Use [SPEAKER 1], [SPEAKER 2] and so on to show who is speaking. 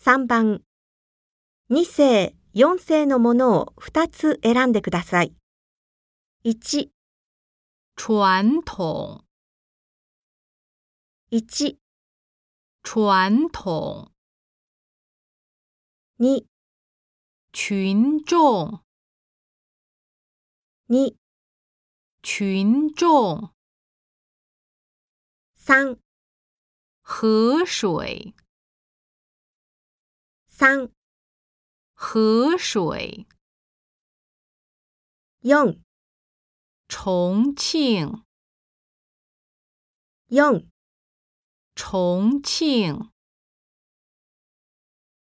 [SPEAKER 1] 3番、2世、4世のものを2つ選んでください。1、
[SPEAKER 2] 传统，
[SPEAKER 1] 1、
[SPEAKER 2] 传统，
[SPEAKER 1] 2、
[SPEAKER 2] 群众，
[SPEAKER 1] 2、
[SPEAKER 2] 群众，
[SPEAKER 1] 3、
[SPEAKER 2] 河水，
[SPEAKER 1] 3、
[SPEAKER 2] 河水，
[SPEAKER 1] 4、
[SPEAKER 2] 重庆，
[SPEAKER 1] 4
[SPEAKER 2] 重庆。